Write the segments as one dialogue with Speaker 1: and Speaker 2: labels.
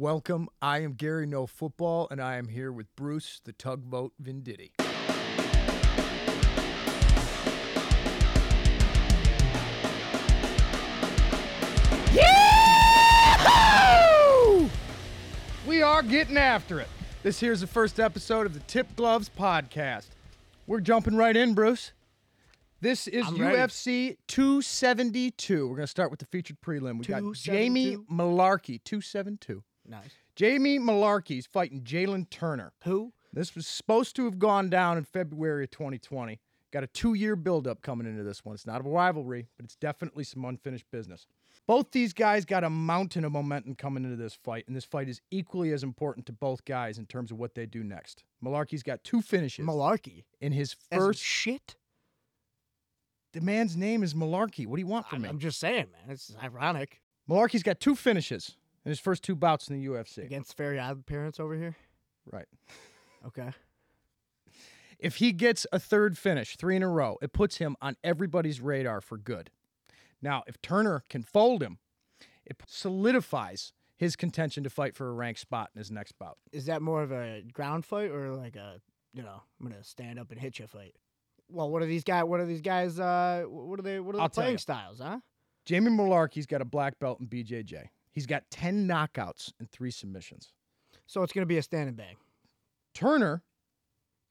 Speaker 1: Welcome. I am Gary No Football, and I am here with Bruce the Tugboat Venditti. Yahoo! We are getting after it. This here's the first episode of the Tip Gloves podcast. We're jumping right in, Bruce. This is
Speaker 2: I'm ready.
Speaker 1: UFC 272. We're going to start with the featured prelim. We got Jamie
Speaker 2: 272?
Speaker 1: Malarkey, 272.
Speaker 2: Nice.
Speaker 1: Jamie Malarkey's fighting Jalen Turner.
Speaker 2: Who?
Speaker 1: This was supposed to have gone down in February of 2020. Got a two year buildup coming into this one. It's not a rivalry, but it's definitely some unfinished business. Both these guys got a mountain of momentum coming into this fight, and this fight is equally as important to both guys in terms of what they do next. Malarkey's got two finishes
Speaker 2: Malarkey.
Speaker 1: in his
Speaker 2: As in
Speaker 1: first.
Speaker 2: shit.
Speaker 1: the man's name is Malarkey. What do you want from
Speaker 2: I'm,
Speaker 1: me?
Speaker 2: I'm just saying, man. It's ironic
Speaker 1: Malarkey's got two finishes in his first two bouts in the UFC.
Speaker 2: against very odd parents over here.
Speaker 1: Right.
Speaker 2: Okay.
Speaker 1: If he gets a third finish, three in a row, it puts him on everybody's radar for good. Now, if Turner can fold him, it solidifies his contention to fight for a ranked spot in his next bout.
Speaker 2: Is that more of a ground fight or like a you know I'm gonna stand up and hit you fight? Well, what are these guys? What are these guys? Uh, what are they? What are
Speaker 1: I'll
Speaker 2: the
Speaker 1: tell
Speaker 2: playing
Speaker 1: you.
Speaker 2: styles? Huh?
Speaker 1: Jamie Malarkey's got a black belt in BJJ. He's got 10 knockouts and three submissions.
Speaker 2: So it's gonna be a stand and bang.
Speaker 1: Turner,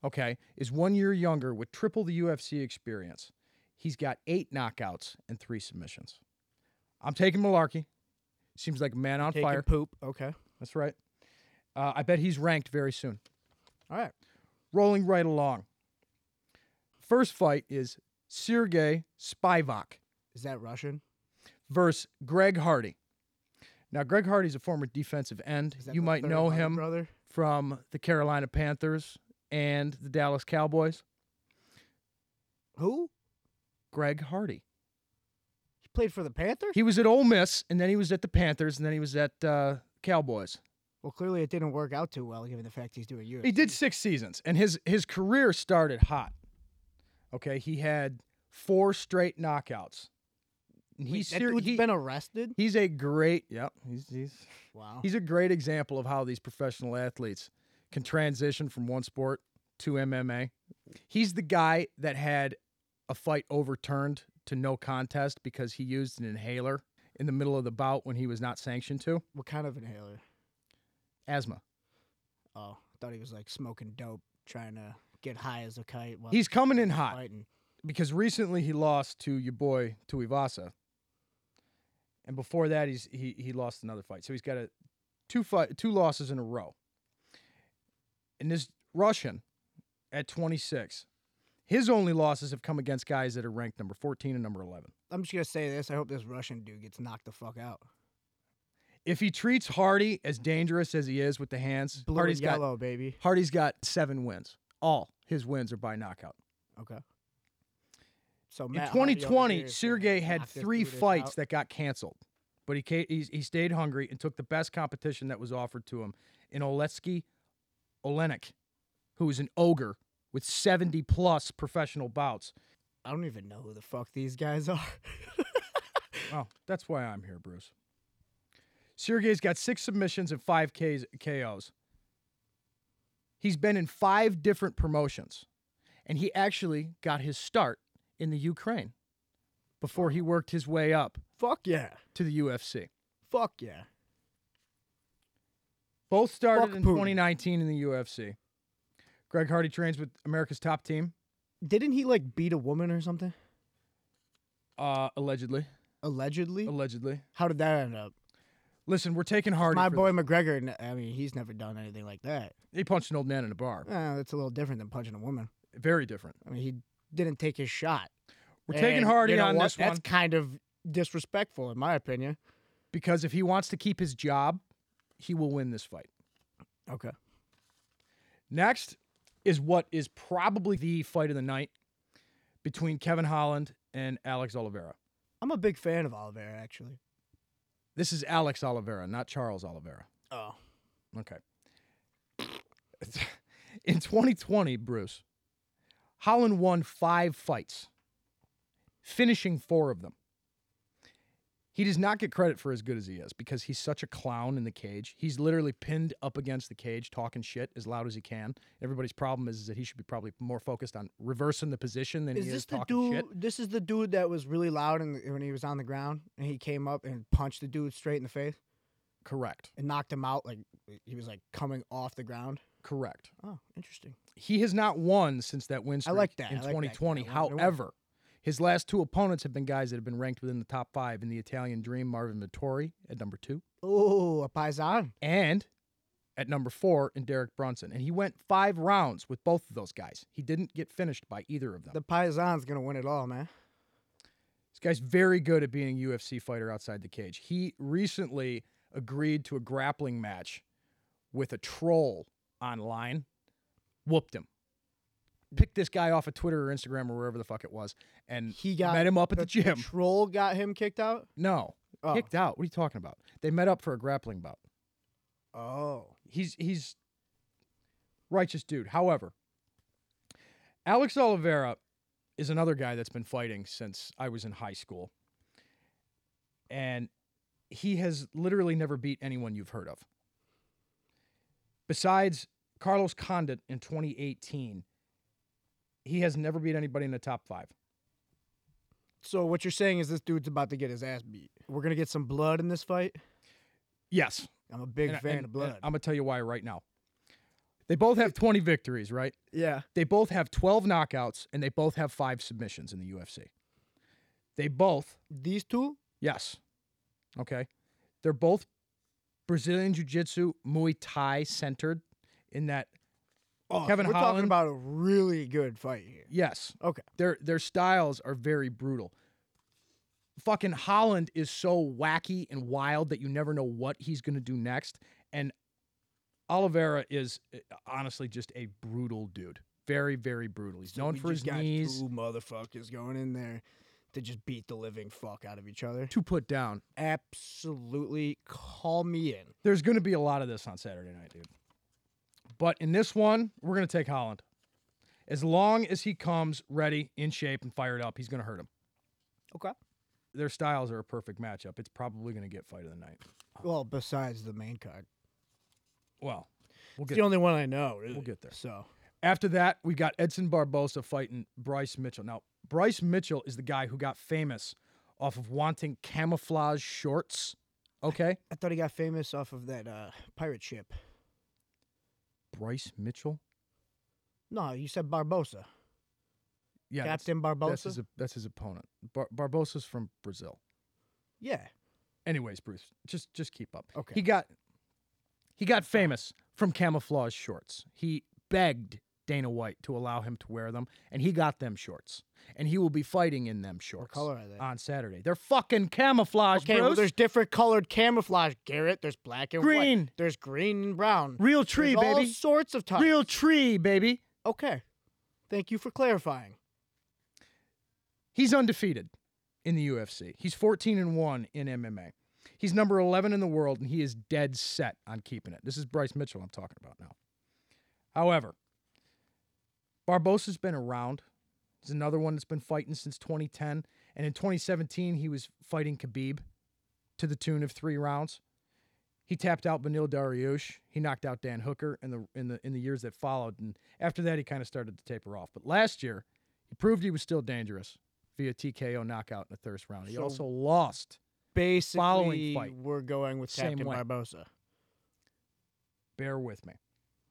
Speaker 1: okay, is one year younger with triple the UFC experience. He's got eight knockouts and three submissions. I'm taking Malarkey. Seems like a man on
Speaker 2: Taking
Speaker 1: fire.
Speaker 2: poop. Okay.
Speaker 1: That's right. Uh, I bet he's ranked very soon.
Speaker 2: All right.
Speaker 1: Rolling right along. First fight is Sergey Spivak
Speaker 2: Is that Russian?
Speaker 1: versus Greg Hardy. Now, Greg Hardy's a former defensive end.
Speaker 2: Is that
Speaker 1: You
Speaker 2: the
Speaker 1: might
Speaker 2: third
Speaker 1: know
Speaker 2: Hardy
Speaker 1: him
Speaker 2: brother.
Speaker 1: from the Carolina Panthers and the Dallas Cowboys.
Speaker 2: Who?
Speaker 1: Greg Hardy.
Speaker 2: He played for the Panthers.
Speaker 1: He was at Ole Miss, and then he was at the Panthers, and then he was at uh, Cowboys.
Speaker 2: well, clearly it didn't work out too well, given the fact he's doing UFC.
Speaker 1: He did six seasons, and his his career started hot. Okay, he had four straight knockouts. And
Speaker 2: Wait,
Speaker 1: he's
Speaker 2: that
Speaker 1: ser-
Speaker 2: dude's
Speaker 1: he-
Speaker 2: been arrested.
Speaker 1: he's a great yep. He's he's
Speaker 2: Wow.
Speaker 1: he's a great example of how these professional athletes can transition from one sport to MMA. He's the guy that had a fight overturned to no contest because he used an inhaler in the middle of the bout when he was not sanctioned to
Speaker 2: What kind of inhaler?
Speaker 1: asthma.
Speaker 2: Oh, I thought he was like smoking dope, trying to get high as a kite while
Speaker 1: He's coming in hot.
Speaker 2: fighting.
Speaker 1: because recently he lost to your boy Tuivasa, and before that he's he he lost another fight. So he's got a two fight two losses in a row. And this Russian at 26, his only losses have come against guys that are ranked number 14 and number 11.
Speaker 2: I'm just gonna say this. I hope this Russian dude gets knocked the fuck out.
Speaker 1: If he treats Hardy as dangerous as he is with the hands,
Speaker 2: Blue
Speaker 1: Hardy's
Speaker 2: and
Speaker 1: got
Speaker 2: yellow, baby.
Speaker 1: Hardy's got seven wins. All his wins are by knockout.
Speaker 2: Okay. So
Speaker 1: In
Speaker 2: Matt Hardy over here
Speaker 1: 2020,
Speaker 2: is gonna
Speaker 1: Sergey had
Speaker 2: knock this
Speaker 1: three
Speaker 2: dude out.
Speaker 1: fights that got canceled, but he, ca- he he stayed hungry and took the best competition that was offered to him in Oletsky Olenek, who is an ogre with 70 plus professional bouts.
Speaker 2: I don't even know who the fuck these guys are.
Speaker 1: Oh, that's why I'm here, Bruce. Sergey's got six submissions and five K's, KOs. He's been in five different promotions, and he actually got his start in the Ukraine before he worked his way up
Speaker 2: fuck yeah.
Speaker 1: to the UFC.
Speaker 2: Fuck yeah.
Speaker 1: Both started
Speaker 2: Fuck
Speaker 1: in
Speaker 2: Putin.
Speaker 1: 2019 in the UFC. Greg Hardy trains with America's top team,
Speaker 2: Didn't he like beat a woman or something?
Speaker 1: uh, allegedly.
Speaker 2: Allegedly.
Speaker 1: Allegedly.
Speaker 2: How did that end up?
Speaker 1: Listen, we're taking Hardy.
Speaker 2: My
Speaker 1: for
Speaker 2: boy McGregor. n- I mean, he's never done anything like that.
Speaker 1: this. He punched an old man in a bar.
Speaker 2: Eh, that's a little different than punching a woman.
Speaker 1: Very different.
Speaker 2: I mean, he didn't take his shot.
Speaker 1: We're taking
Speaker 2: And
Speaker 1: Hardy
Speaker 2: you know
Speaker 1: on
Speaker 2: what?
Speaker 1: this one
Speaker 2: That's kind of disrespectful, in my opinion.
Speaker 1: because if he wants to keep his job, he will win this fight.
Speaker 2: Okay.
Speaker 1: Next is what is probably the fight of the night between Kevin Holland and Alex Oliveira.
Speaker 2: I'm a big fan of Oliveira, actually.
Speaker 1: This is Alex Oliveira, not Charles Oliveira.
Speaker 2: Oh.
Speaker 1: Okay. In 2020, Bruce, Holland won five fights, finishing four of them. He does not get credit for as good as he is because he's such a clown in the cage. He's literally pinned up against the cage, talking shit as loud as he can. Everybody's problem is, is that he should be probably more focused on reversing the position than
Speaker 2: Is
Speaker 1: he is
Speaker 2: this the
Speaker 1: talking
Speaker 2: dude?
Speaker 1: shit.
Speaker 2: This is the dude that was really loud in the, when he was on the ground, and he came up and punched the dude straight in the face
Speaker 1: Correct.
Speaker 2: and knocked him out. Like he was like coming off the ground.
Speaker 1: Correct.
Speaker 2: Oh, interesting.
Speaker 1: He has not won since that win streak
Speaker 2: like that.
Speaker 1: in
Speaker 2: I like that.
Speaker 1: 2020.
Speaker 2: I want to win.
Speaker 1: However, his last two opponents have been guys that have been ranked within the top five in the Italian Dream, Marvin Vittori at number two,
Speaker 2: Oh, a paisan.
Speaker 1: and at number four in Derek Brunson. And he went five rounds with both of those guys. He didn't get finished by either of them.
Speaker 2: The paisan's gonna win it all, man.
Speaker 1: This guy's very good at being a UFC fighter outside the cage. He recently agreed to a grappling match with a troll online, whooped him. Picked this guy off of Twitter or Instagram or wherever the fuck it was, and
Speaker 2: He got
Speaker 1: met him up at the, gym.
Speaker 2: troll got him kicked out.
Speaker 1: no,
Speaker 2: Oh.
Speaker 1: kicked out. What are you talking about? They met up for a grappling bout.
Speaker 2: oh.
Speaker 1: He's he's righteous dude. However, Alex Oliveira is another guy that's been fighting since I was in high school. And he has literally never beat anyone you've heard of. Besides Carlos Condit in 2018, he has never beat anybody in the top 5.
Speaker 2: So what you're saying is this dude's about to get his ass beat. We're gonna get some blood in this fight.
Speaker 1: Yes.
Speaker 2: I'm a big
Speaker 1: And I-
Speaker 2: fan
Speaker 1: and-
Speaker 2: of blood.
Speaker 1: and I'm going to tell you why right now. They both have 20 victories, right?
Speaker 2: yeah.
Speaker 1: They both have 12 knockouts and they both have five submissions in the UFC. They both,
Speaker 2: These two,
Speaker 1: yes. Okay. They're both Brazilian Jiu Jitsu, Muay Thai centered in that,
Speaker 2: oh,
Speaker 1: Kevin
Speaker 2: we're
Speaker 1: Holland-
Speaker 2: talking about a really good fight here.
Speaker 1: yes.
Speaker 2: Okay.
Speaker 1: Their, their styles are very brutal. Fucking Holland is so wacky and wild that you never know what he's going to do next. And Oliveira is eh, honestly just a brutal dude. Very, very brutal. He's
Speaker 2: So
Speaker 1: known
Speaker 2: we
Speaker 1: for
Speaker 2: just
Speaker 1: his
Speaker 2: got
Speaker 1: knees.
Speaker 2: Two motherfuckers going in there to just beat the living fuck out of each other.
Speaker 1: to put down.
Speaker 2: Absolutely, call me in.
Speaker 1: There's going to be a lot of this on Saturday night, dude. But in this one, we're going to take Holland. As long as he comes ready, in shape, and fired up, he's going to hurt him.
Speaker 2: Okay.
Speaker 1: Their styles are a perfect matchup. It's probably going to get fight of the night.
Speaker 2: Well, besides the main card,
Speaker 1: Well, we'll
Speaker 2: it's
Speaker 1: get
Speaker 2: the only one I know. Really.
Speaker 1: we'll get there.
Speaker 2: So
Speaker 1: After that, we got Edson Barbosa fighting Bryce Mitchell. Now, Bryce Mitchell is the guy who got famous off of wanting camouflage shorts. Okay,
Speaker 2: I thought he got famous off of that uh, pirate ship.
Speaker 1: Bryce Mitchell.
Speaker 2: No, you said Barbosa,
Speaker 1: Yeah, that's,
Speaker 2: Captain Barbosa.
Speaker 1: that's his that's his opponent. Bar- Barbosa's from Brazil.
Speaker 2: yeah.
Speaker 1: anyways, Bruce, just just keep up.
Speaker 2: Okay.
Speaker 1: He got he got famous from camouflage shorts. He begged Dana White to allow him to wear them, and he got them shorts. And he will be fighting in them shorts
Speaker 2: What color are they?
Speaker 1: on Saturday. They're fucking camouflage,
Speaker 2: Okay, well,
Speaker 1: Uh, Bruce.
Speaker 2: there's different colored camouflage, Garrett. There's black and
Speaker 1: Green.
Speaker 2: white. There's green and brown.
Speaker 1: Real tree,
Speaker 2: There's all
Speaker 1: baby.
Speaker 2: sorts of types.
Speaker 1: Real tree, baby.
Speaker 2: Okay. Thank you for clarifying.
Speaker 1: He's undefeated in the UFC. He's 14 and 1 in MMA. He's number 11 in the world and he is dead set on keeping it. This is Bryce Mitchell I'm talking about now. However, Barbosa's been around. He's another one that's been fighting since 2010 and in 2017 he was fighting Khabib to the tune of 3 rounds. He tapped out Benil Dariush. He knocked out Dan Hooker in the in the in the years that followed and after that he kind of started to taper off. But last year he proved he was still dangerous via TKO knockout in the first round. He
Speaker 2: So-
Speaker 1: also lost
Speaker 2: Basically,
Speaker 1: fight.
Speaker 2: we're going with
Speaker 1: Same
Speaker 2: Captain
Speaker 1: way.
Speaker 2: Barbosa.
Speaker 1: bear with me.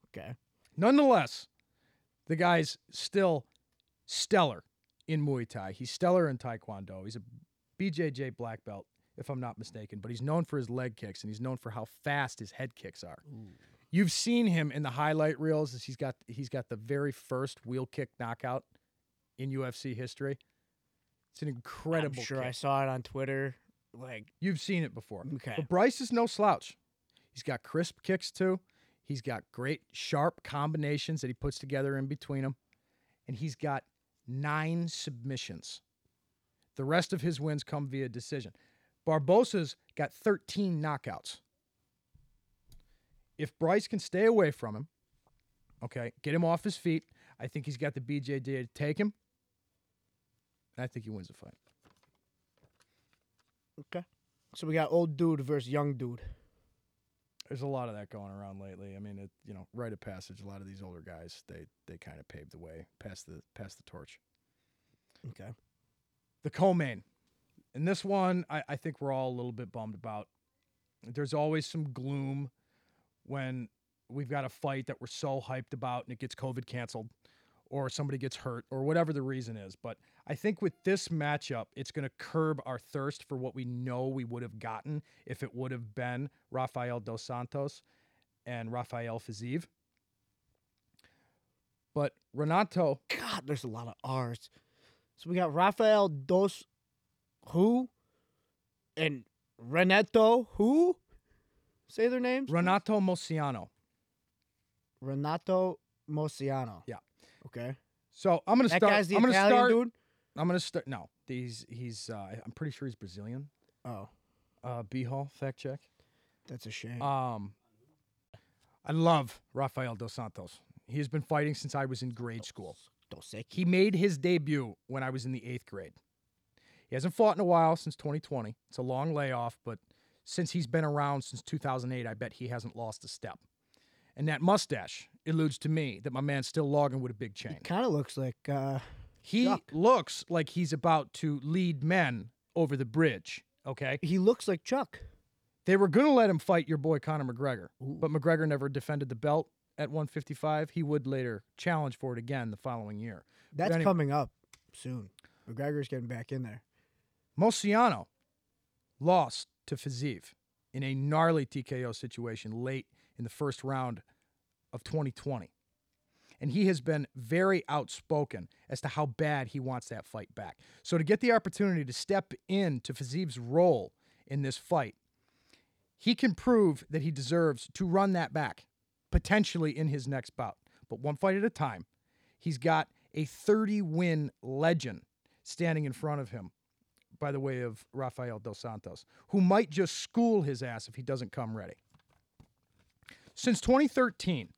Speaker 2: Okay.
Speaker 1: Nonetheless, the guy's still stellar in Muay Thai. He's stellar in Taekwondo. He's a BJJ black belt, if I'm not mistaken, but he's known for his leg kicks and he's known for how fast his head kicks are. You've seen him in the highlight reels as he's got he's got the very first wheel kick knockout in UFC history. It's an incredible
Speaker 2: I'm sure I
Speaker 1: kick.
Speaker 2: saw it on Twitter. Like,
Speaker 1: You've seen it before.
Speaker 2: okay.
Speaker 1: But Bryce is no slouch. He's got crisp kicks too. He's got great sharp combinations that he puts together in between them. And he's got nine submissions. The rest of his wins come via decision. Barbosa's got 13 knockouts. If Bryce can stay away from him, okay, get him off his feet, I think he's got the BJJ to take him. And I think he wins the fight.
Speaker 2: Okay. So we got old dude versus young dude.
Speaker 1: There's a lot of that going around lately. I mean, it you know, rite of passage. A lot of these older guys, they they kind of paved the way, passed the passed the torch.
Speaker 2: Okay.
Speaker 1: The co-main, and this one, I, I think we're all a little bit bummed about. There's always some gloom when we've got a fight that we're so hyped about and it gets COVID canceled, or somebody gets hurt, or whatever the reason is. But I think with this matchup, it's going to curb our thirst for what we know we would have gotten if it would have been Rafael Dos Santos and Rafael Fiziev. But Renato,
Speaker 2: God, there's a lot of R's. So we got Rafael Dos who and Renato who? Say their names. please.
Speaker 1: Renato Mosiano.
Speaker 2: Renato Mosiano.
Speaker 1: Yeah.
Speaker 2: Okay.
Speaker 1: So I'm going to
Speaker 2: That
Speaker 1: start.
Speaker 2: guy's the
Speaker 1: I'm going to
Speaker 2: Italian
Speaker 1: start.
Speaker 2: dude.
Speaker 1: I'm going to start. No, he's he's. Uh, I'm pretty sure he's Brazilian.
Speaker 2: Oh,
Speaker 1: Uh, B Hall fact check.
Speaker 2: that's a shame.
Speaker 1: Um, I love Rafael dos Santos. He has been fighting since I was in grade school.
Speaker 2: Dos Equis.
Speaker 1: He made his debut when I was in the eighth grade. He hasn't fought in a while since 2020. It's a long layoff, but since he's been around since 2008, I bet he hasn't lost a step. And that mustache eludes to me that my man's still logging with a big
Speaker 2: He
Speaker 1: chain.
Speaker 2: kind of looks like uh,
Speaker 1: He
Speaker 2: Chuck.
Speaker 1: looks like he's about to lead men over the bridge. Okay.
Speaker 2: he looks like Chuck.
Speaker 1: They were going to let him fight your boy Conor McGregor,
Speaker 2: Ooh.
Speaker 1: but McGregor never defended the belt at 155. He would later challenge for it again the following year.
Speaker 2: That's
Speaker 1: anyway-
Speaker 2: coming up soon. McGregor's getting back in there.
Speaker 1: Mosiano lost to Fazeev in a gnarly TKO situation late in the first round of 2020. And he has been very outspoken as to how bad he wants that fight back. So to get the opportunity to step into Fazeev's role in this fight, he can prove that he deserves to run that back, potentially in his next bout. But one fight at a time, he's got a 30 win legend standing in front of him by the way of Rafael Dos Santos, who might just school his ass if he doesn't come ready. Since 2013,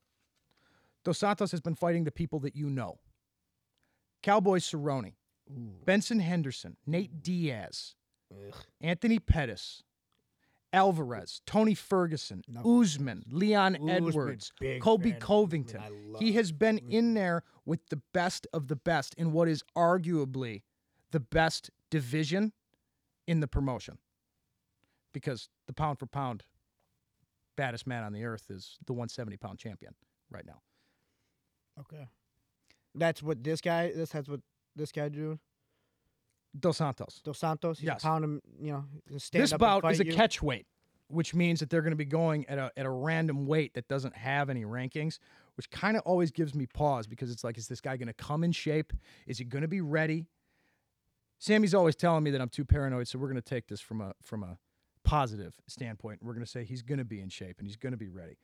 Speaker 1: Dos Santos has been fighting the people that you know Cowboy Cerrone,
Speaker 2: Ooh.
Speaker 1: Benson Henderson, Nate Diaz,
Speaker 2: Ugh.
Speaker 1: Anthony Pettis, Alvarez, Tony Ferguson,
Speaker 2: No.
Speaker 1: Usman, Leon
Speaker 2: Usman's
Speaker 1: Edwards,
Speaker 2: big
Speaker 1: Kobe
Speaker 2: fan of
Speaker 1: Covington.
Speaker 2: Usman. I
Speaker 1: He
Speaker 2: love
Speaker 1: has been in
Speaker 2: Usman.
Speaker 1: there with the best of the best in what is arguably the best division in the promotion. Because the pound for pound baddest man on the earth is the 170 pound champion right now.
Speaker 2: Okay. That's what this guy. This has what this guy doing.
Speaker 1: Dos Santos.
Speaker 2: Dos Santos. He's
Speaker 1: Yes.
Speaker 2: pounding. You know, he's gonna stand
Speaker 1: this
Speaker 2: up
Speaker 1: bout
Speaker 2: and
Speaker 1: is a
Speaker 2: fight you.
Speaker 1: catch weight, which means that they're going to be going at a, at a random weight that doesn't have any rankings, which kind of always gives me pause because it's like, is this guy going to come in shape? Is he going to be ready? Sammy's always telling me that I'm too paranoid, so we're going to take this from a from a positive standpoint. We're going to say he's going to be in shape and he's going to be ready.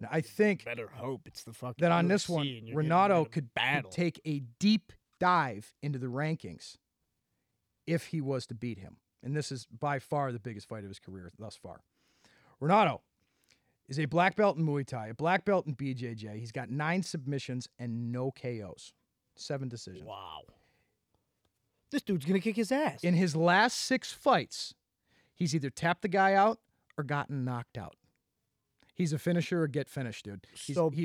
Speaker 1: Now, I think
Speaker 2: Better hope it's the fucking.
Speaker 1: that on this
Speaker 2: UFC
Speaker 1: one,
Speaker 2: and you're getting
Speaker 1: Renato
Speaker 2: rid of
Speaker 1: could, could
Speaker 2: battle.
Speaker 1: take a deep dive into the rankings if he was to beat him. And this is by far the biggest fight of his career thus far. Renato is a black belt in Muay Thai, a black belt in BJJ. He's got nine submissions and no KOs, seven decisions.
Speaker 2: Wow. This dude's gonna kick his ass.
Speaker 1: In his last six fights, he's either tapped the guy out or gotten knocked out. He's a finisher or get finished, dude. He's,
Speaker 2: So
Speaker 1: he's all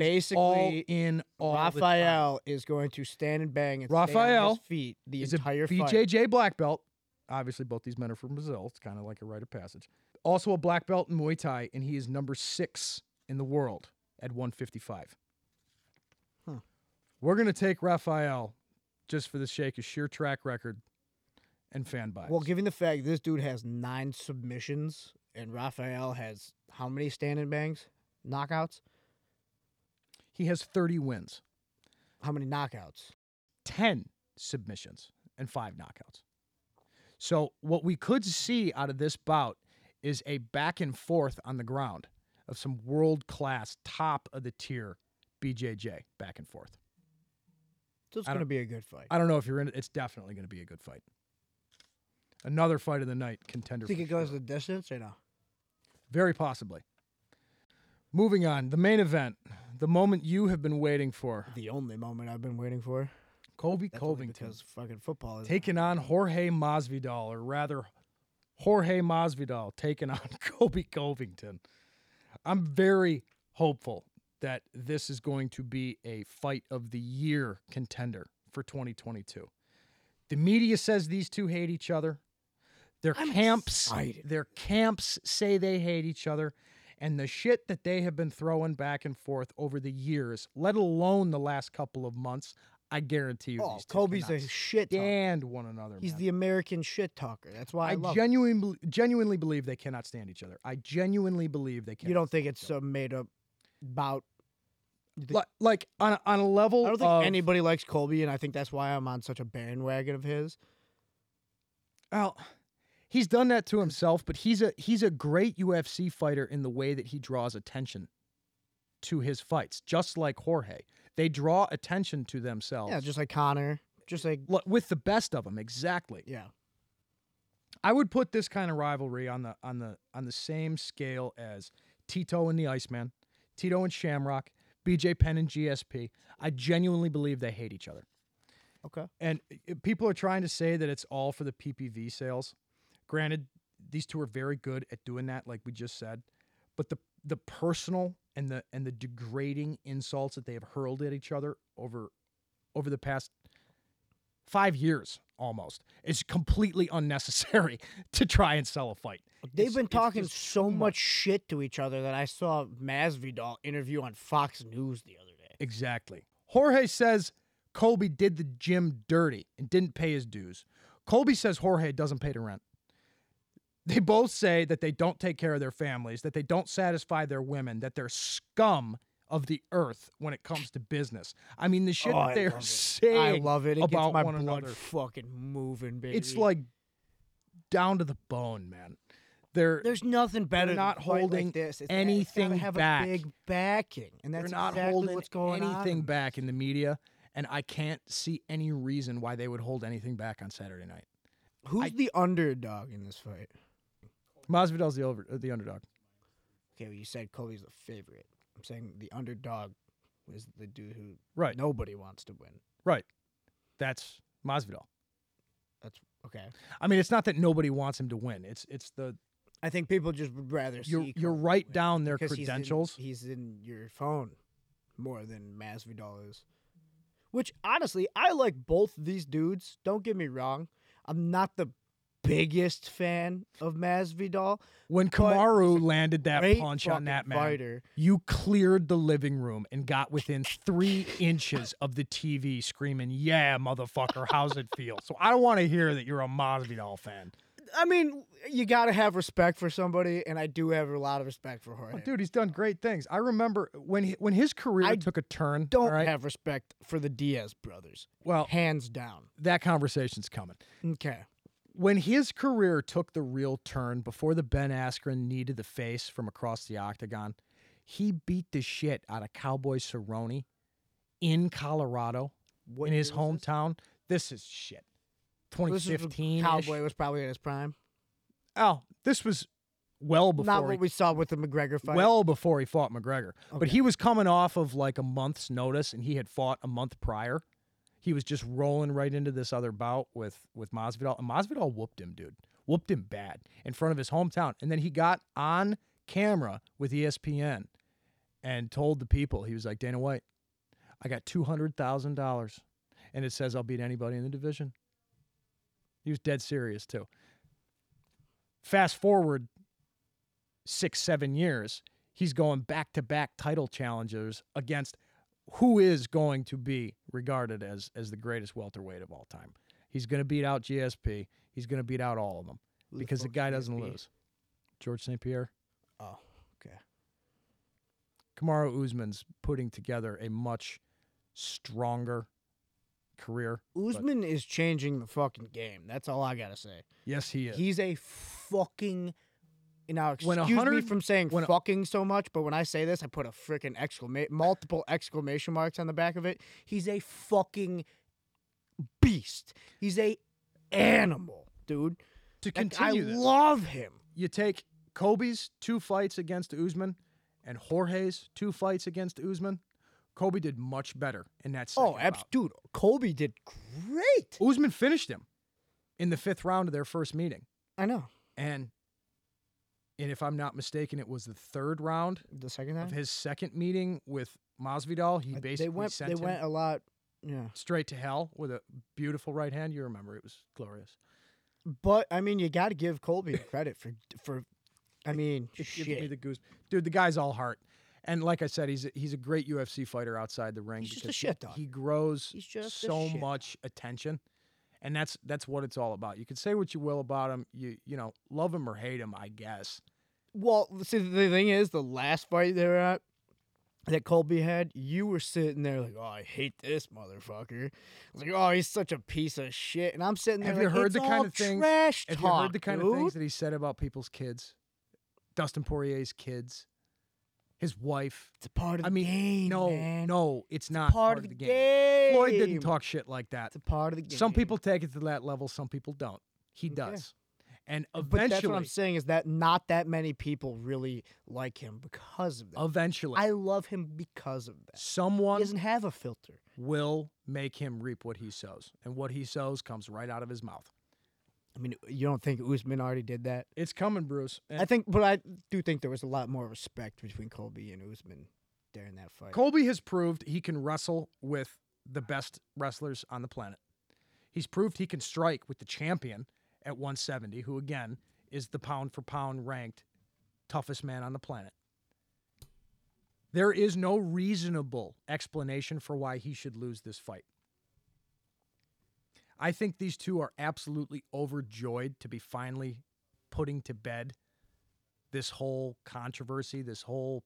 Speaker 2: basically,
Speaker 1: in all the time.
Speaker 2: Rafael is going to stand and bang and stay on
Speaker 1: Rafael
Speaker 2: his feet the
Speaker 1: He's
Speaker 2: entire
Speaker 1: a
Speaker 2: fight.
Speaker 1: BJJ black belt. Obviously, both these men are from Brazil. It's kind of like a rite of passage. Also, a black belt in Muay Thai, and he is number six in the world at 155.
Speaker 2: Huh.
Speaker 1: We're gonna take Rafael just for the sake of sheer track record and fan bias.
Speaker 2: Well, given the fact this dude has nine submissions and Rafael has how many stand and bangs, knockouts,
Speaker 1: he has 30 wins,
Speaker 2: how many knockouts?
Speaker 1: 10 submissions, and five knockouts. So, what we could see out of this bout is a back and forth on the ground of some world class, top of the tier BJJ back and forth.
Speaker 2: So it's
Speaker 1: I don't-
Speaker 2: going to be a good fight. I
Speaker 1: I don't know if you're in it. It's definitely going to be a good fight. Another fight of the night contender.
Speaker 2: think
Speaker 1: for
Speaker 2: it goes
Speaker 1: sure.
Speaker 2: the distance or no?
Speaker 1: very possibly. Moving on, the main event, the moment you have been waiting for,
Speaker 2: The only moment I've been waiting for.
Speaker 1: Kobe
Speaker 2: That's only
Speaker 1: Covington
Speaker 2: because fucking football is
Speaker 1: taking on Jorge Masvidal, or rather Jorge Masvidal taking on Kobe Covington. I'm very hopeful that this is going to be a fight of the year contender for 2022. The media says these two hate each other. Their
Speaker 2: I'm
Speaker 1: camps
Speaker 2: excited.
Speaker 1: their camps say they hate each other and the shit that they have been throwing back and forth over the years, let alone the last couple of months, I guarantee you
Speaker 2: Oh,
Speaker 1: these two
Speaker 2: Kobe's
Speaker 1: cannot
Speaker 2: a shit talker.
Speaker 1: stand one another.
Speaker 2: He's
Speaker 1: man.
Speaker 2: the American shit talker. That's why I,
Speaker 1: I
Speaker 2: love. him.
Speaker 1: genuinely bel- genuinely believe they cannot stand each other. I genuinely believe they can't.
Speaker 2: You don't think it's a made up about?
Speaker 1: Li- like, on a, on a level.
Speaker 2: I don't think
Speaker 1: of-
Speaker 2: anybody likes Kobe, and I think that's why I'm on such a bandwagon of his.
Speaker 1: Well, he's done that to himself, but he's a he's a great UFC fighter in the way that he draws attention to his fights, just like Jorge. They draw attention to themselves.
Speaker 2: Yeah, just like Connor. Just like
Speaker 1: Lo- with the best of them, exactly.
Speaker 2: yeah,
Speaker 1: I would put this kind of rivalry on the on the on the same scale as Tito and the Iceman, Tito and Shamrock, BJ Penn and GSP. I genuinely believe they hate each other.
Speaker 2: okay.
Speaker 1: And i- people are trying to say that it's all for the PPV sales. Granted, these two are very good at doing that, like we just said, but the the personal and the and the degrading insults that they have hurled at each other over over the past five years almost is completely unnecessary to try and sell a fight.
Speaker 2: They've
Speaker 1: It's-
Speaker 2: been
Speaker 1: it's
Speaker 2: talking
Speaker 1: just
Speaker 2: so
Speaker 1: too
Speaker 2: much.
Speaker 1: much.
Speaker 2: shit to each other that I saw Masvidal interview on Fox News the other day.
Speaker 1: Exactly. Jorge says Kobe did the gym dirty and didn't pay his dues. Kobe says Jorge doesn't pay the rent. They both say that they don't take care of their families, that they don't satisfy their women, that they're scum of the earth when it comes to business. I mean, the shit
Speaker 2: Oh, I
Speaker 1: that they're
Speaker 2: love it. I
Speaker 1: saying,
Speaker 2: love it. It
Speaker 1: about
Speaker 2: gets my
Speaker 1: one
Speaker 2: blood
Speaker 1: another.
Speaker 2: fucking moving, baby.
Speaker 1: it's like down to the bone, man. They're
Speaker 2: there's nothing better. than
Speaker 1: not
Speaker 2: a fight like
Speaker 1: holding
Speaker 2: this. It's- it's gotta
Speaker 1: anything
Speaker 2: have
Speaker 1: back.
Speaker 2: A big backing, and that's
Speaker 1: they're not
Speaker 2: exactly
Speaker 1: holding
Speaker 2: what's going
Speaker 1: anything
Speaker 2: on.
Speaker 1: back in the media, and I can't see any reason why they would hold anything back on Saturday night.
Speaker 2: Who's
Speaker 1: I-
Speaker 2: the underdog in this fight?
Speaker 1: Masvidal's the over, uh, the underdog.
Speaker 2: Okay, well, you said Kobe's the favorite. I'm saying the underdog is the dude who
Speaker 1: Right.
Speaker 2: nobody wants to win.
Speaker 1: Right. That's Masvidal.
Speaker 2: That's okay.
Speaker 1: I mean, it's not that nobody wants him to win. It's it's the
Speaker 2: I think people just would rather
Speaker 1: you're
Speaker 2: see
Speaker 1: you're
Speaker 2: Kobe
Speaker 1: right
Speaker 2: win
Speaker 1: down their
Speaker 2: because he's in-
Speaker 1: credentials.
Speaker 2: He's in, your phone more than Masvidal is. Which honestly, I like both these dudes. Don't get me wrong. I'm not the biggest fan of Masvidal.
Speaker 1: When
Speaker 2: but
Speaker 1: Kamaru landed that
Speaker 2: Great
Speaker 1: punch on
Speaker 2: fucking
Speaker 1: that man,
Speaker 2: fighter.
Speaker 1: you cleared the living room and got within three inches of the TV, screaming, "Yeah, motherfucker, how's it feel?" So I don't want to hear that you're a Masvidal fan.
Speaker 2: I mean, you gotta have respect for somebody, and I do have a lot of respect for Jorge.
Speaker 1: Oh, dude, he's done great things. I remember when he, when his career
Speaker 2: I
Speaker 1: took a turn.
Speaker 2: don't
Speaker 1: all right?
Speaker 2: have respect for the Diaz brothers,
Speaker 1: well,
Speaker 2: hands down.
Speaker 1: that conversation's coming.
Speaker 2: Okay.
Speaker 1: when his career took the real turn before the Ben Askren knee to the face from across the octagon, he beat the shit out of Cowboy Cerrone in Colorado
Speaker 2: What
Speaker 1: in his
Speaker 2: year was this?
Speaker 1: hometown. This? is shit.
Speaker 2: This is when
Speaker 1: 2015.
Speaker 2: Cowboy was probably in his prime.
Speaker 1: Oh, this was well
Speaker 2: Not
Speaker 1: before
Speaker 2: what
Speaker 1: he,
Speaker 2: we saw with the McGregor fight.
Speaker 1: well before he fought McGregor. But
Speaker 2: Okay.
Speaker 1: he was coming off of like a month's notice, and he had fought a month prior. He was just rolling right into this other bout with with Masvidal, and Masvidal whooped him, dude, whooped him bad in front of his hometown. And then he got on camera with E ESPN and told the people he was like Dana White, I got two hundred thousand dollars, and it says I'll beat anybody in the division. He was dead serious too. Fast forward six, seven years, he's going back to back title challengers against who is going to be regarded as as the greatest welterweight of all time. He's going to beat out GSP. He's going to beat out all of them
Speaker 2: Who
Speaker 1: because the
Speaker 2: fuck's
Speaker 1: guy
Speaker 2: gonna
Speaker 1: doesn't
Speaker 2: be?
Speaker 1: lose. George St. Pierre,
Speaker 2: Oh, okay.
Speaker 1: Kamaru Usman's putting together a much stronger career.
Speaker 2: Usman is changing the fucking game. That's all I gotta say.
Speaker 1: Yes, he is.
Speaker 2: He's a fucking. Now, excuse
Speaker 1: When a
Speaker 2: me
Speaker 1: hundred-
Speaker 2: from saying
Speaker 1: when a-
Speaker 2: fucking so much, but when I say this, I put a freaking exclamation, multiple exclamation marks on the back of it. He's a fucking beast. He's a animal, dude.
Speaker 1: to
Speaker 2: Like, I
Speaker 1: continue this,
Speaker 2: love him.
Speaker 1: you take Kobe's two fights against Usman and Jorge's two fights against Usman. Kobe did much better in that second
Speaker 2: Oh, abs-
Speaker 1: bout.
Speaker 2: dude, Kobe did great.
Speaker 1: Usman finished him in the fifth round of their first meeting.
Speaker 2: I know.
Speaker 1: And and if I'm not mistaken, it was the third round
Speaker 2: The second
Speaker 1: of
Speaker 2: time
Speaker 1: his second meeting with Masvidal. He
Speaker 2: Like,
Speaker 1: basically
Speaker 2: Uh, they went
Speaker 1: sent
Speaker 2: they
Speaker 1: him
Speaker 2: went a lot. Yeah,
Speaker 1: straight to hell with a beautiful right hand. You remember it was glorious.
Speaker 2: but I mean, you got to give Colby credit for for. I mean,
Speaker 1: It gives me
Speaker 2: shit.
Speaker 1: the goose, dude. The guy's all heart, and like I said, he's a, he's a great UFC fighter outside the ring.
Speaker 2: He's just a
Speaker 1: because
Speaker 2: shit
Speaker 1: he-
Speaker 2: dog.
Speaker 1: He grows
Speaker 2: He's just a
Speaker 1: so
Speaker 2: shit.
Speaker 1: much attention, and that's that's what it's all about. You can say what you will about him. You you know, love him or hate him, I guess.
Speaker 2: Well, see, the thing is, the last fight they were at that Colby had, you were sitting there like, "Oh, I hate this motherfucker." I was like, "Oh, he's such a piece of shit," and I'm sitting there.
Speaker 1: Have you
Speaker 2: like,
Speaker 1: heard
Speaker 2: "It's
Speaker 1: the kind
Speaker 2: all
Speaker 1: of things-
Speaker 2: Trash
Speaker 1: Have
Speaker 2: talk,
Speaker 1: you heard the kind
Speaker 2: dude.
Speaker 1: of things that he said about people's kids? Dustin Poirier's kids, his wife.
Speaker 2: It's a part of
Speaker 1: I
Speaker 2: the
Speaker 1: mean,
Speaker 2: game.
Speaker 1: no,
Speaker 2: man.
Speaker 1: no, it's not
Speaker 2: It's part of the game.
Speaker 1: Floyd didn't talk shit like that.
Speaker 2: It's a part of the game.
Speaker 1: Some people take it to that level, some people don't. He
Speaker 2: Okay.
Speaker 1: does. And
Speaker 2: But that's what I'm
Speaker 1: eventually,
Speaker 2: saying is that not that many people really like him because of that.
Speaker 1: eventually,
Speaker 2: I love him because of that. He
Speaker 1: someone
Speaker 2: doesn't have a filter.
Speaker 1: will make him reap what he sows. And what he sows comes right out of his mouth.
Speaker 2: I mean, you don't think Usman already did that?
Speaker 1: It's coming, Bruce. And
Speaker 2: I think, but I do think there was a lot more respect between Colby and Usman during that fight.
Speaker 1: Colby has proved he can wrestle with the best wrestlers on the planet. He's proved he can strike with the champion at 170, who, again, is the pound for pound ranked toughest man on the planet. There is no reasonable explanation for why he should lose this fight. I think these two are absolutely overjoyed to be finally putting to bed this whole controversy, this whole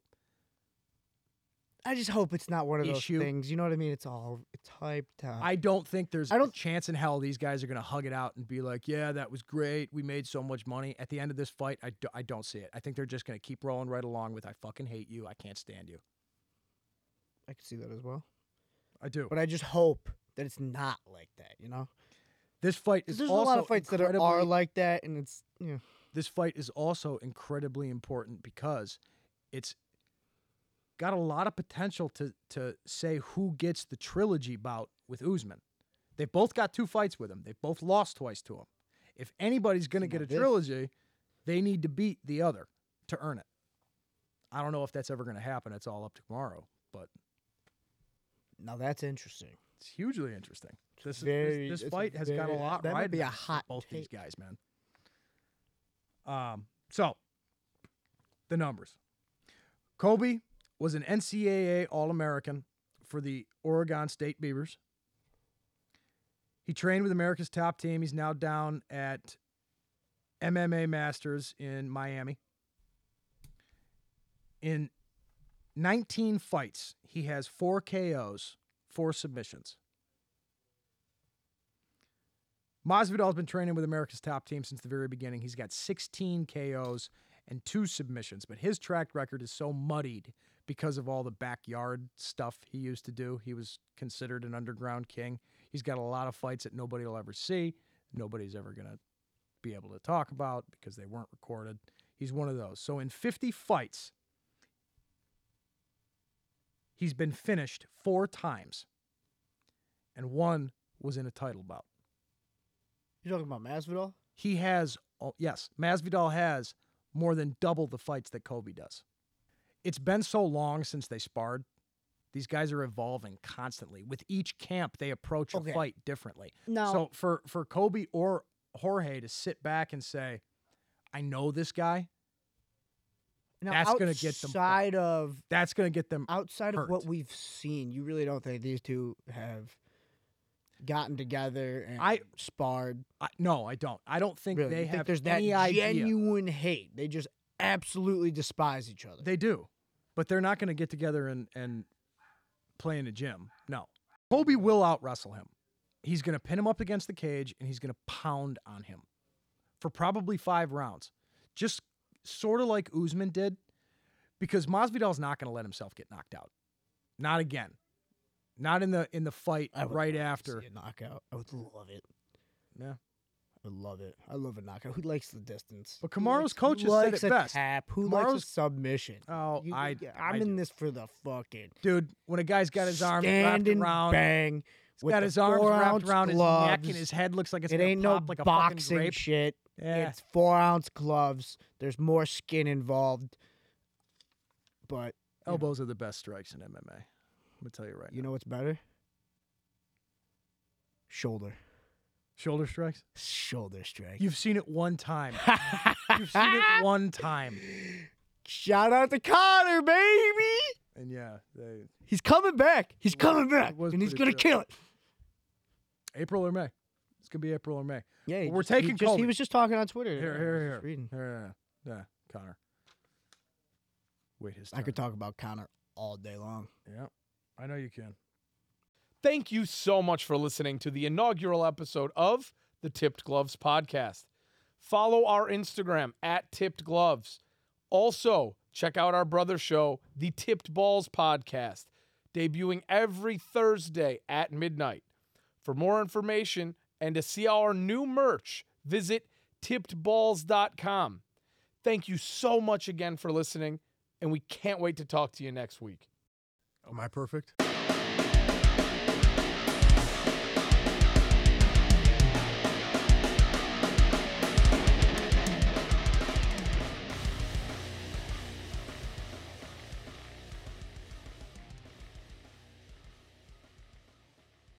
Speaker 2: I just hope it's not one of those
Speaker 1: Issue.
Speaker 2: things. You know what I mean? It's all it's hyped up.
Speaker 1: I don't think there's
Speaker 2: Uh-huh. I don't-
Speaker 1: a chance in hell these guys are going to hug it out and be like, yeah, that was great. We made so much money. At the end of this fight, I, do, I don't see it. I think they're just going to keep rolling right along with, I fucking hate you. I can't stand you.
Speaker 2: I can see that as well.
Speaker 1: I do.
Speaker 2: But I just hope that it's not like that. You know,
Speaker 1: This fight
Speaker 2: 'Cause
Speaker 1: is
Speaker 2: there's a
Speaker 1: also
Speaker 2: lot of fights that are, are
Speaker 1: incredibly-
Speaker 2: like that, and it's you know,
Speaker 1: this fight is also incredibly important because it's got a lot of potential to to say who gets the trilogy bout with Usman. They both got two fights with him. They both lost twice to him. If anybody's going to
Speaker 2: Now
Speaker 1: get a
Speaker 2: this-
Speaker 1: trilogy, they need to beat the other to earn it. I don't know if that's ever going to happen. It's all up to tomorrow, but
Speaker 2: now that's interesting.
Speaker 1: it's hugely interesting. This is
Speaker 2: very-
Speaker 1: this, this
Speaker 2: it's a
Speaker 1: fight has got a
Speaker 2: very-
Speaker 1: lot
Speaker 2: that might
Speaker 1: riding
Speaker 2: be a
Speaker 1: on it for
Speaker 2: hot
Speaker 1: both these
Speaker 2: take.
Speaker 1: guys, man. Um, so the numbers. Kobe was an NCAA All American for the Oregon State Beavers. He trained with America's top team. He's now down at MMA Masters in Miami. In 19 fights, he has four KOs, four submissions. Masvidal's been training with America's top team since the very beginning. He's got 16 KOs and two submissions, but his track record is so muddied because of all the backyard stuff he used to do. He was considered an underground king. He's got a lot of fights that nobody will ever see, nobody's ever going to be able to talk about because they weren't recorded. He's one of those. So in 50 fights, he's been finished four times, and one was in a title bout
Speaker 2: You're talking about Masvidal?
Speaker 1: he has oh, yes, Masvidal has more than double the fights that Kobe does. It's been so long since they sparred. These guys are evolving constantly. With each camp, they approach
Speaker 2: Okay.
Speaker 1: a fight differently.
Speaker 2: No,
Speaker 1: So for for Kobe or Jorge to sit back and say, "I know this guy,"
Speaker 2: now
Speaker 1: that's gonna get them fucked.
Speaker 2: outside of
Speaker 1: that's going to get them.
Speaker 2: outside of what
Speaker 1: hurt.
Speaker 2: we've seen, you really don't think these two have gotten together and
Speaker 1: I-
Speaker 2: sparred.
Speaker 1: I, no, I don't. I don't think
Speaker 2: Really,
Speaker 1: they
Speaker 2: you think
Speaker 1: have
Speaker 2: there's that
Speaker 1: any idea.
Speaker 2: genuine hate. They just absolutely despise each other.
Speaker 1: They do, but they're not going to get together and and play in a gym. No, Kobe will out wrestle him. He's going to pin him up against the cage and he's going to pound on him for probably five rounds, just sort of like Usman did, because Masvidal's not going to let himself get knocked out. Not again. Not in the in the fight
Speaker 2: I would
Speaker 1: right
Speaker 2: love to
Speaker 1: after.
Speaker 2: see a knockout. I would love it.
Speaker 1: Yeah.
Speaker 2: I would love it. I love a knockout. Who likes the distance?
Speaker 1: But
Speaker 2: Who
Speaker 1: Kamaru's
Speaker 2: likes-
Speaker 1: coach
Speaker 2: who
Speaker 1: has said
Speaker 2: likes
Speaker 1: it
Speaker 2: a
Speaker 1: best.
Speaker 2: Tap? Who likes
Speaker 1: Kamaru's-
Speaker 2: a submission?
Speaker 1: Oh,
Speaker 2: You-
Speaker 1: I,
Speaker 2: you-
Speaker 1: I
Speaker 2: I'm in
Speaker 1: do.
Speaker 2: this for the fucking
Speaker 1: dude. When a guy's got his arms wrapped
Speaker 2: standing
Speaker 1: around,
Speaker 2: bang.
Speaker 1: He's got
Speaker 2: the
Speaker 1: his arms wrapped
Speaker 2: four-ounce
Speaker 1: around his neck
Speaker 2: gloves.
Speaker 1: and his head looks like it's
Speaker 2: it
Speaker 1: gonna
Speaker 2: ain't no
Speaker 1: pop like a fucking
Speaker 2: boxing
Speaker 1: grape.
Speaker 2: shit.
Speaker 1: Yeah.
Speaker 2: It's four ounce gloves. There's more skin involved. But
Speaker 1: Elbows are the best strikes in MMA. I'm gonna tell you right
Speaker 2: you
Speaker 1: now.
Speaker 2: know what's better? Shoulder.
Speaker 1: Shoulder strikes.
Speaker 2: Shoulder strike.
Speaker 1: You've seen it one time. You've seen it one time.
Speaker 2: Shout out to Connor, baby.
Speaker 1: And yeah, they,
Speaker 2: He's coming back. He's coming back.
Speaker 1: was
Speaker 2: And he's
Speaker 1: pretty
Speaker 2: going to
Speaker 1: chill.
Speaker 2: kill it.
Speaker 1: April or May. It's gonna be April or May.
Speaker 2: Yeah,
Speaker 1: But we're taking
Speaker 2: he, just, he
Speaker 1: Kobe.
Speaker 2: was just talking on Twitter.
Speaker 1: Here,
Speaker 2: I
Speaker 1: here,
Speaker 2: was
Speaker 1: here.
Speaker 2: just reading.
Speaker 1: Here, yeah, yeah, Connor. Wait his turn.
Speaker 2: I could talk about Connor all day long.
Speaker 1: Yeah, I know you can.
Speaker 3: Thank you so much for listening to the inaugural episode of the Tipped Gloves podcast. Follow our Instagram at Tipped Gloves. Also, check out our brother show, the Tipped Balls podcast, debuting every Thursday at midnight. For more information and to see our new merch, visit tippedballs.com. Thank you so much again for listening, and we can't wait to talk to you next week.
Speaker 1: Am I perfect?